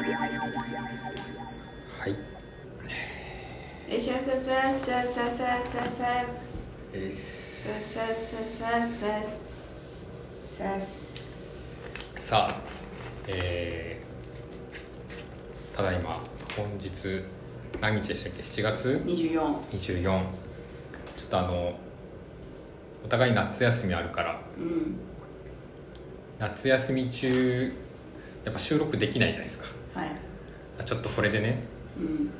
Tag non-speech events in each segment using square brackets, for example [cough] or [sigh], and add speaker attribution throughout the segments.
Speaker 1: はい、
Speaker 2: よしゃさささささささす
Speaker 1: えー
Speaker 2: さ
Speaker 1: す
Speaker 2: ささささすさす
Speaker 1: さあ、えーただいま本日何日でしたっけ7月
Speaker 2: 二十四
Speaker 1: 24ちょっとあのお互い夏休みあるから
Speaker 2: うん
Speaker 1: 夏休み中やっぱ収録できないじゃないですか
Speaker 2: はい
Speaker 1: ちょっとこれでね
Speaker 2: うん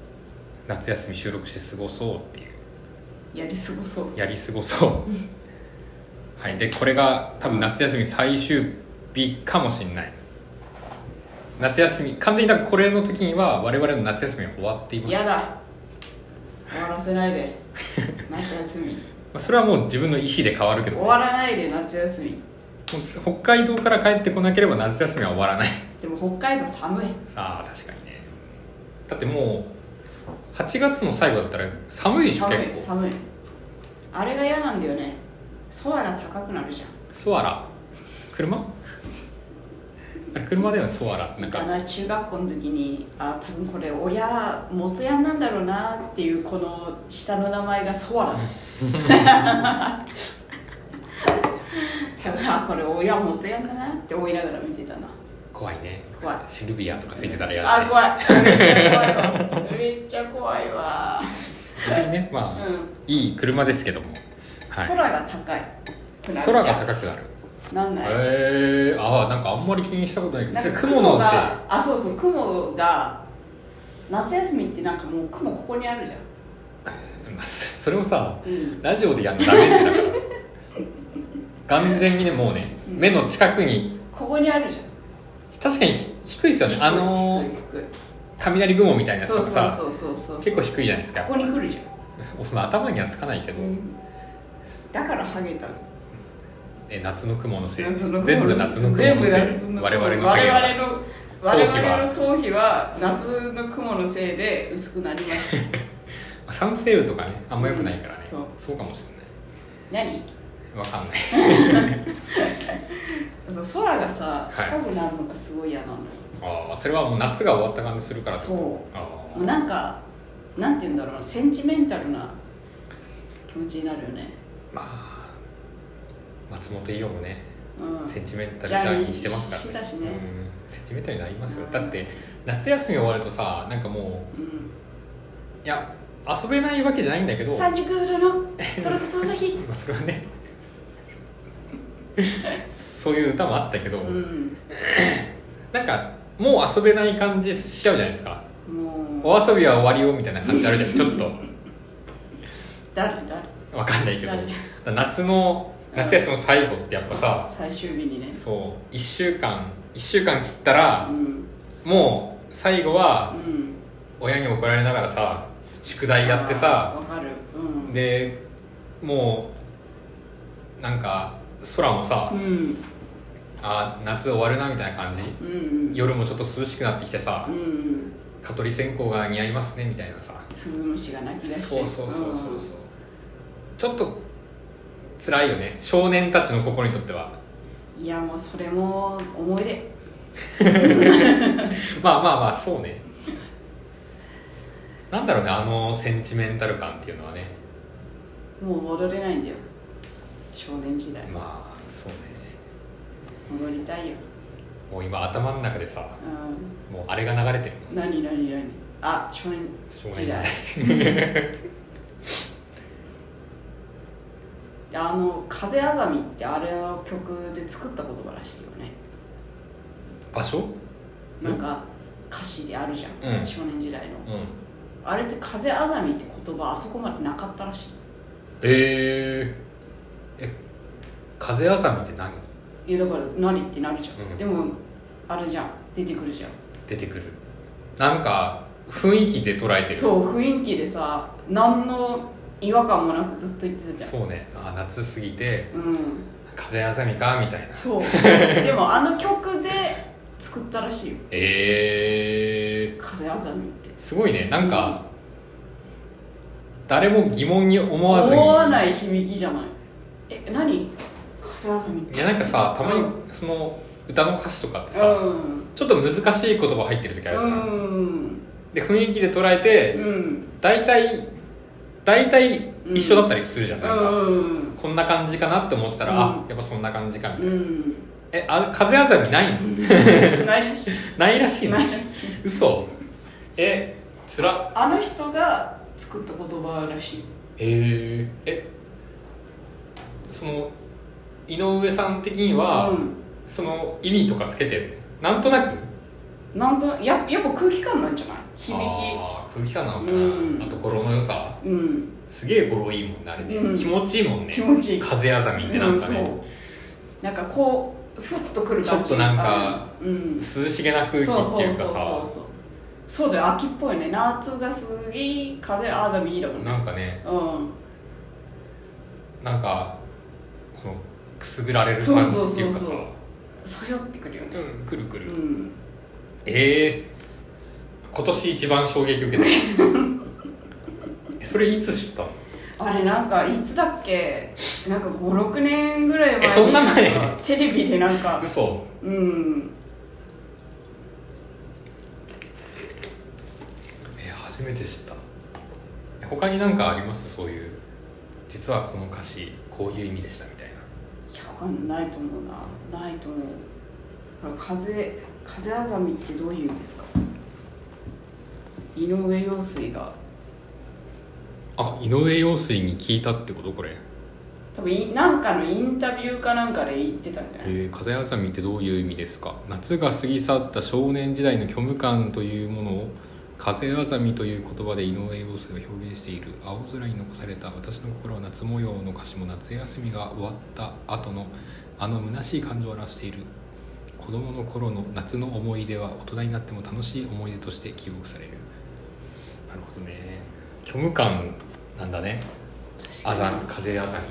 Speaker 1: 夏休み収録して過ごそうっていう
Speaker 2: やり過ごそう
Speaker 1: やり過ごそうはいでこれが多分夏休み最終日かもしんない夏休み完全にだからこれの時には我々の夏休みは終わっています
Speaker 2: やだ終わらせない
Speaker 1: [laughs]
Speaker 2: で夏休み
Speaker 1: まあそれはもう自分の意思で変わるけど
Speaker 2: 終
Speaker 1: ね、
Speaker 2: わらないで夏休み
Speaker 1: もう北海道から帰ってこなければ夏休みは終わらない [laughs]
Speaker 2: でも北海道寒い
Speaker 1: さあ確かにねだってもう8月の最後だったら寒いでしょ
Speaker 2: 寒い
Speaker 1: 結構
Speaker 2: 寒いあれが嫌なんだよねソアラ高くなるじゃん
Speaker 1: ソアラ車 [laughs] あれ車だよねソアラなん
Speaker 2: だ
Speaker 1: か
Speaker 2: から中学校の時にあ多分これ親元ヤンなんだろうなっていうこの下の名前がソアラ
Speaker 1: [laughs]
Speaker 2: 多分あこれ親元ヤンだなって思いながら見てたな
Speaker 1: 怖いね
Speaker 2: 怖い
Speaker 1: シルビアとかついてたら嫌だ、ね、
Speaker 2: あ怖いめっちゃ怖いわめっちゃ怖いわ、
Speaker 1: 別にねまあ、
Speaker 2: うん
Speaker 1: いい車ですけども、はい、
Speaker 2: 空が高い
Speaker 1: 空が高くなる
Speaker 2: くなんない、
Speaker 1: へえー、ああなんかあんまり気にしたことないけど
Speaker 2: な
Speaker 1: そ
Speaker 2: ん
Speaker 1: れ
Speaker 2: か
Speaker 1: 雲の
Speaker 2: 雲
Speaker 1: せい
Speaker 2: があそうそう雲が夏休みってなんかもう雲ここにあるじゃん
Speaker 1: まあ [laughs] それをさ
Speaker 2: うん
Speaker 1: ラジオでやんのダメってだから完全にねもうね
Speaker 2: うん
Speaker 1: 目の近くに
Speaker 2: ここにあるじゃん
Speaker 1: 確かに低いですよねあのー
Speaker 2: 低い低い
Speaker 1: 雷雲みたいなやつ
Speaker 2: そ
Speaker 1: と
Speaker 2: う
Speaker 1: か
Speaker 2: そう
Speaker 1: さ
Speaker 2: そうそうそう
Speaker 1: 結構低いじゃないですか
Speaker 2: ここに来るじゃん、
Speaker 1: まあ頭にはつかないけど、
Speaker 2: だからハゲたの
Speaker 1: え夏の雲のせい
Speaker 2: 夏の
Speaker 1: 全部夏の雲のせい
Speaker 2: 全部夏の雲
Speaker 1: 我々の
Speaker 2: 我
Speaker 1: 影は
Speaker 2: 々の我々の頭皮は夏の雲のせいで薄くなりま
Speaker 1: [laughs]
Speaker 2: した
Speaker 1: 酸性雨とかねあんま良くないからね、
Speaker 2: うんそう
Speaker 1: そうかもしれない
Speaker 2: 何
Speaker 1: わかんない
Speaker 2: そう空がさ
Speaker 1: はい
Speaker 2: 高くなるのがすごい嫌なのよ、
Speaker 1: ああそれはもう夏が終わった感じするから
Speaker 2: そうも
Speaker 1: ああ
Speaker 2: うなんかなんて言うんだろうなセンチメンタルな気持ちになるよね
Speaker 1: まあ松本伊代もね、
Speaker 2: うん
Speaker 1: センチメンタルジャーニーしてますから
Speaker 2: ジャーニーししてたしね
Speaker 1: うん、センチメンタルになりますよ
Speaker 2: うん
Speaker 1: だって夏休み終わるとさなんかも
Speaker 2: うん
Speaker 1: ういや遊べないわけじゃないんだけど
Speaker 2: 三熟裏のトラクソの日
Speaker 1: まあそれはね [laughs] そういう歌もあったけど、
Speaker 2: うん
Speaker 1: なんかもう遊べない感じしちゃうじゃないですか
Speaker 2: もう
Speaker 1: お遊びは終わりよみたいな感じあるじゃんちょっと
Speaker 2: 誰誰
Speaker 1: わかんないけど
Speaker 2: なる
Speaker 1: だ夏の夏休みの最後ってやっぱさ、
Speaker 2: 最終日にね
Speaker 1: そう1週間1週間切った
Speaker 2: う
Speaker 1: ら、
Speaker 2: ん
Speaker 1: もう最後は
Speaker 2: うん
Speaker 1: 親に怒られながらさ宿題やってさ
Speaker 2: わかるうん
Speaker 1: でもうなんか空もさ、
Speaker 2: うん
Speaker 1: あ夏終わるなみたいな感じ
Speaker 2: うんうん
Speaker 1: 夜もちょっと涼しくなってきてさ、
Speaker 2: うんうん
Speaker 1: 蚊取り線香が似合いますねみたいなさ
Speaker 2: 鈴虫が泣き出して
Speaker 1: そうそうそうそうそうちょっと辛いよね少年たちの心にとっては
Speaker 2: うんいやもうそれも思い出
Speaker 1: [laughs] まあまあまあそうねなんだろうねあのセンチメンタル感っていうのはね
Speaker 2: もう戻れないんだよ少年時代
Speaker 1: まあそうね
Speaker 2: 戻りたいよ
Speaker 1: もう今頭の中でさ
Speaker 2: うん
Speaker 1: もうあれが流れてる
Speaker 2: 何何何あ少年
Speaker 1: 少年
Speaker 2: 時
Speaker 1: 時代
Speaker 2: 代あの「風あざみ」ってあれを曲で作った言葉らしいよね
Speaker 1: 場所うん
Speaker 2: なんか歌詞であるじゃん、
Speaker 1: うん
Speaker 2: 少年時代の
Speaker 1: うん
Speaker 2: あれって「風あざみ」って言葉あそこまでなかったらしい
Speaker 1: えー、え風あさみって何
Speaker 2: いやだから何ってなるじゃん、
Speaker 1: うん
Speaker 2: でもあれじゃん出てくるじゃん
Speaker 1: 出てくるなんか雰囲気で捉えてる
Speaker 2: そう雰囲気でさ何の違和感もなくずっと言ってたじゃん
Speaker 1: そうねあ夏過ぎて
Speaker 2: うん
Speaker 1: 風あさみかみたいな [laughs]
Speaker 2: そうでもあの曲で作ったらしいよ
Speaker 1: え
Speaker 2: 「風あざみ」って
Speaker 1: ー、すごいねなんか、誰も疑問に思わずに
Speaker 2: 思わない響きじゃないえ何草遊び
Speaker 1: いやなんかさたまに
Speaker 2: う
Speaker 1: その歌の歌詞とかってさ、
Speaker 2: うん
Speaker 1: ちょっと難しい言葉入ってる時あるじゃない、
Speaker 2: うん
Speaker 1: で雰囲気で捉えて、
Speaker 2: うん
Speaker 1: 大体大体一緒だったりするじゃん、なんか
Speaker 2: うん
Speaker 1: こんな感じかなって思ってたら、
Speaker 2: うん
Speaker 1: あやっぱそんな感じかみたいな、
Speaker 2: うん
Speaker 1: えあ風あざみないの
Speaker 2: ない
Speaker 1: [laughs]
Speaker 2: らしい
Speaker 1: ないらしいの
Speaker 2: ないらしい
Speaker 1: 嘘えつら
Speaker 2: あの人が作った言葉らしい
Speaker 1: へええその井上さん的には、
Speaker 2: うん、
Speaker 1: その意味とかつけてるなんとなく
Speaker 2: なんとややっぱ空気感なんじゃない響
Speaker 1: あー空気感なのかな、
Speaker 2: うん
Speaker 1: あと語呂の良さ
Speaker 2: きうん
Speaker 1: すげえ語呂いいもんねあれね、
Speaker 2: うん
Speaker 1: 気持ちいいもんね
Speaker 2: 気持ちいい
Speaker 1: 風あざみってなんかね、
Speaker 2: うんそうなんかこうふっとくる感じ
Speaker 1: ちょっとなんか
Speaker 2: あるうん
Speaker 1: 涼しげな空気っていうかさ
Speaker 2: そうそうそうそうそうだよ秋っぽいね夏がすげえ風あざみいいだもんね
Speaker 1: なんかね
Speaker 2: うん
Speaker 1: なんかこのくすぐられる感じっていうかさ
Speaker 2: そうそうそうそよってくるよね
Speaker 1: うんくるく
Speaker 2: う
Speaker 1: る、
Speaker 2: ん
Speaker 1: ええ今年一番衝撃受けた [laughs] えそれいつ知ったの
Speaker 2: あれなんかいつだっけなんか56年ぐらい前に
Speaker 1: えそんな前
Speaker 2: テレビでなんか
Speaker 1: 嘘
Speaker 2: うん
Speaker 1: え初めて知ったえ他になんかありますそういう実はこの歌詞こういう意味でしたみたいない
Speaker 2: やわかんないと思うなないと思う風風あざみってどういうんですか井上陽水が
Speaker 1: あ井上陽水に聞いたってことこれ、
Speaker 2: 多分いなんかのインタビューかなんかで言ってたんじゃない、
Speaker 1: えー風あざみってどういう意味ですか夏が過ぎ去った少年時代の虚無感というものを風あざみという言葉で井上陽水が表現している青空に残された私の心は夏模様の歌詞も夏休みが終わった後のあの虚しい感情を表している子供の頃の夏の思い出は大人になっても楽しい思い出として記憶されるなるほどね虚無感なんだね
Speaker 2: 確
Speaker 1: あざ
Speaker 2: かに
Speaker 1: 風あざみ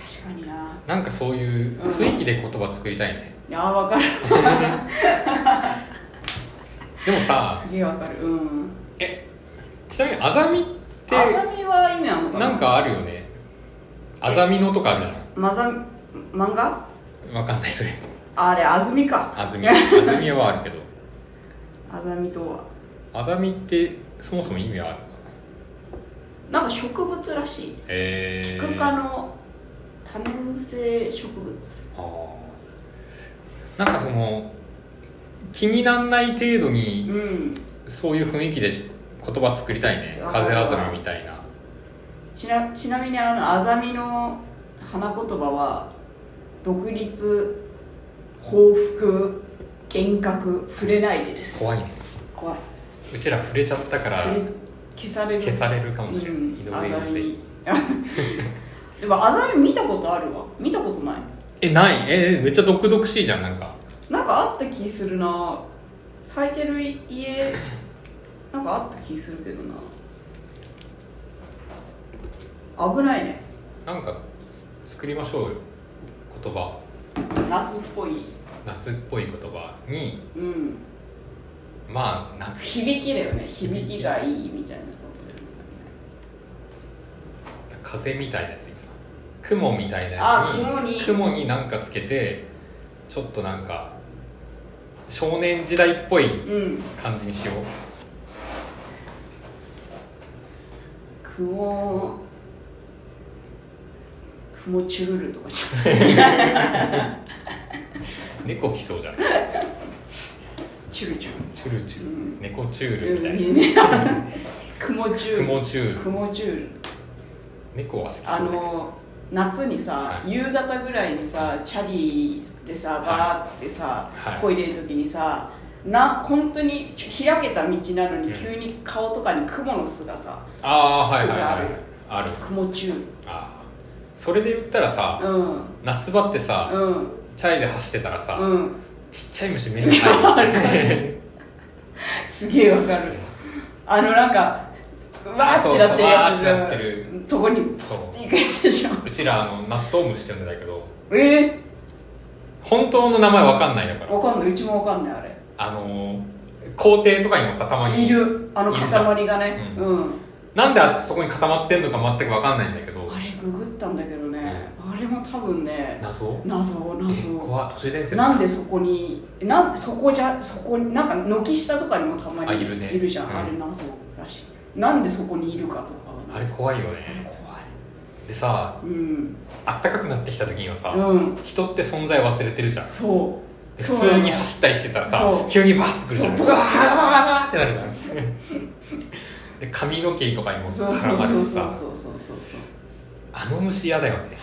Speaker 2: 確かにな
Speaker 1: なんかそういう雰囲気で言葉作りたいね、
Speaker 2: いやーわかる
Speaker 1: でもさ
Speaker 2: すげえわかるうん
Speaker 1: えちなみにあざみっ
Speaker 2: あざ
Speaker 1: て
Speaker 2: みは意味あるのかな
Speaker 1: なんかあるよねあざみのとかあるじゃ
Speaker 2: まざ漫画
Speaker 1: んわかんないそれ
Speaker 2: ああれあずみか
Speaker 1: あず
Speaker 2: [laughs]
Speaker 1: みあずみはあるけど
Speaker 2: あざみとは
Speaker 1: あざみってそもそも意味はあるのかな
Speaker 2: なんか植物らしい
Speaker 1: え
Speaker 2: キ
Speaker 1: ー、
Speaker 2: ク科の多年生植物
Speaker 1: あーなんかその気になんない程度に
Speaker 2: うん
Speaker 1: そういう雰囲気でし言葉作りたいね
Speaker 2: あー
Speaker 1: 風あざみみたいな
Speaker 2: ちなちなみにあのあざみの花言葉は独立報復幻覚触れないでです
Speaker 1: 怖いね
Speaker 2: 怖いう
Speaker 1: ちら触れちゃったから
Speaker 2: 触れ消される
Speaker 1: 消されるかもしれない、
Speaker 2: うん
Speaker 1: 井上陽
Speaker 2: あざみ
Speaker 1: 水
Speaker 2: [laughs] でもあざみ見たことあるわ見たことない
Speaker 1: えないえめっちゃ毒々しいじゃんなんか
Speaker 2: なんかあった気するな咲いてる家なんかあった気するけどな危ないね
Speaker 1: なんか作りましょうよ言葉
Speaker 2: 夏っぽい
Speaker 1: 夏っぽい言葉に
Speaker 2: うん
Speaker 1: まあ夏
Speaker 2: 響きだよね響きがいいみたいなことだよね
Speaker 1: 風みたいなやつにさ雲みたいなや
Speaker 2: あ
Speaker 1: つに
Speaker 2: 雲に
Speaker 1: なんかつけてちょっとなんか少年時代っぽい
Speaker 2: うん
Speaker 1: 感じにしよう
Speaker 2: 雲雲チュルルとかじゃん
Speaker 1: 猫来そうじゃん
Speaker 2: チュルチュ
Speaker 1: チュルチュル、
Speaker 2: うん
Speaker 1: 猫チュール
Speaker 2: ル
Speaker 1: みたいな、
Speaker 2: うん雲チュル
Speaker 1: 雲チュール
Speaker 2: 雲チュルル
Speaker 1: 猫は好きそうだ
Speaker 2: あ
Speaker 1: けど
Speaker 2: の夏にさ、
Speaker 1: はい
Speaker 2: 夕方ぐらいにさチャリでさ
Speaker 1: い
Speaker 2: バーってさ、
Speaker 1: はい
Speaker 2: こいでる時にさな本当にちょ開けた道なの
Speaker 1: う
Speaker 2: に
Speaker 1: ん
Speaker 2: 急に顔とかに雲の巣がさ
Speaker 1: ああはいはい
Speaker 2: 好
Speaker 1: は
Speaker 2: きで
Speaker 1: いある
Speaker 2: 雲中
Speaker 1: あーそれで言ったらさ、
Speaker 2: うん
Speaker 1: 夏場ってさ、
Speaker 2: うん
Speaker 1: チャリで走ってたらさ、
Speaker 2: うん
Speaker 1: ちっちゃい虫目に入る
Speaker 2: すげえわかるあのなんかわーってなってる
Speaker 1: そうそうわーってなって
Speaker 2: や
Speaker 1: る
Speaker 2: つとこに
Speaker 1: [laughs] そう
Speaker 2: っていくやつでしょ
Speaker 1: うちらあの納豆虫って呼んでたけど
Speaker 2: え
Speaker 1: 本当の名前わかんないだか
Speaker 2: ー、
Speaker 1: ら
Speaker 2: わかんないうちもわかんないあれ
Speaker 1: あのー校庭とかにもさたまに
Speaker 2: いるあの
Speaker 1: いるじゃん
Speaker 2: 塊がね
Speaker 1: う
Speaker 2: うん、
Speaker 1: なんであっちそこに固まってんのか全くわかんないんだけど
Speaker 2: あれググったんだけどね、あれも多分ね
Speaker 1: 謎
Speaker 2: 謎
Speaker 1: 結
Speaker 2: 謎
Speaker 1: 構都市伝説
Speaker 2: なんでそこになんそこじゃそこになんか軒下とかにもたま
Speaker 1: あ
Speaker 2: に
Speaker 1: いるね
Speaker 2: じゃん、
Speaker 1: うん
Speaker 2: あれ謎らしいなんでそこにいるかとか
Speaker 1: あれ怖いよ
Speaker 2: あれ
Speaker 1: ね
Speaker 2: 怖い
Speaker 1: でさ
Speaker 2: うん
Speaker 1: あったかくなってきた時にはさ、
Speaker 2: うん
Speaker 1: 人って存在忘れてるじゃん
Speaker 2: そ
Speaker 1: で
Speaker 2: う
Speaker 1: 普
Speaker 2: そう
Speaker 1: 通に走ったりしてたらさ
Speaker 2: そう
Speaker 1: 急にバッてくるじゃん
Speaker 2: そ
Speaker 1: ブ
Speaker 2: う
Speaker 1: ワーってなるじゃん [laughs] で髪の毛とかにも
Speaker 2: そうそう
Speaker 1: 絡まるしさ
Speaker 2: そうそうそうそう
Speaker 1: あの虫嫌だよね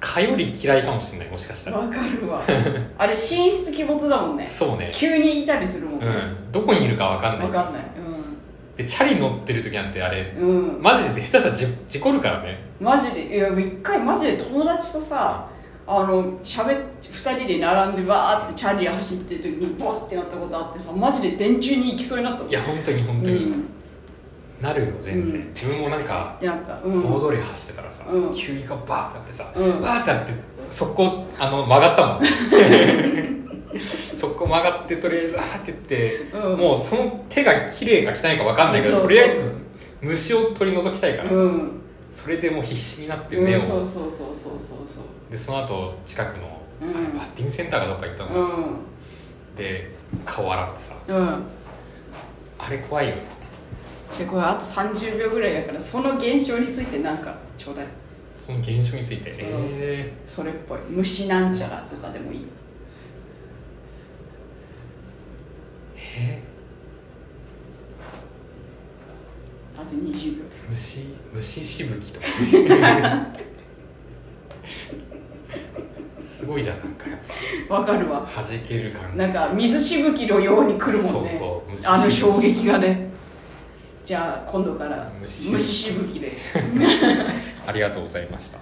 Speaker 1: 蚊より嫌いかもしれないもしかしたら
Speaker 2: わかるわあれ神出鬼没だもんね
Speaker 1: そう [laughs] ね
Speaker 2: 急にいたりするもん
Speaker 1: う
Speaker 2: ねわ、
Speaker 1: んどこにいるかわかんない
Speaker 2: かんない
Speaker 1: でチャリ乗ってる時なんてあれ
Speaker 2: うん、うん、
Speaker 1: マジで下手したらじ事故るからね
Speaker 2: マジでいや一回マジで友達とさあの喋っ2人で並んでバーってチャリ走ってる時にボッてなったことあってさマジで電柱に行きそうになったもん
Speaker 1: いや本当に本当
Speaker 2: う
Speaker 1: に
Speaker 2: ん、
Speaker 1: なるよ全然、
Speaker 2: うん
Speaker 1: 自分もなんか
Speaker 2: でなんかう
Speaker 1: 大
Speaker 2: ん
Speaker 1: 通り走ってたらさ、
Speaker 2: うん
Speaker 1: 急にがバーってなってさ、
Speaker 2: うん
Speaker 1: わーってなって速攻あの曲がったもん [laughs] 速攻曲がってとりあえずあーって言って、
Speaker 2: うん
Speaker 1: もうその手が綺麗か汚いか分かんないけど
Speaker 2: そうそう
Speaker 1: とりあえず虫を取り除きたいからさ、
Speaker 2: うん
Speaker 1: それでもう必死になって目
Speaker 2: う
Speaker 1: を、
Speaker 2: んそうそうそうそうそうそ
Speaker 1: でその後近くの、
Speaker 2: うん
Speaker 1: あれバッティングセンターかどっか行った
Speaker 2: うう
Speaker 1: の、
Speaker 2: ん
Speaker 1: で顔洗ってさ
Speaker 2: うん
Speaker 1: あれ怖いよね
Speaker 2: じゃあこれあと30秒ぐらいだからその現象についてなんかちょうだい
Speaker 1: その現象について
Speaker 2: そう
Speaker 1: え
Speaker 2: それっぽい虫なんちゃらとかでもいい
Speaker 1: ー、え
Speaker 2: あと20秒
Speaker 1: ー、虫虫しぶき
Speaker 2: [laughs]
Speaker 1: とかすごいじゃんなんかやっぱ
Speaker 2: わかるわ
Speaker 1: 弾ける感じ
Speaker 2: なんか水しぶきのように来るもんね
Speaker 1: そうそう虫しぶき
Speaker 2: あの衝撃がねじゃあ今度から
Speaker 1: 虫しぶき
Speaker 2: 虫しぶきで
Speaker 1: ありがとうございました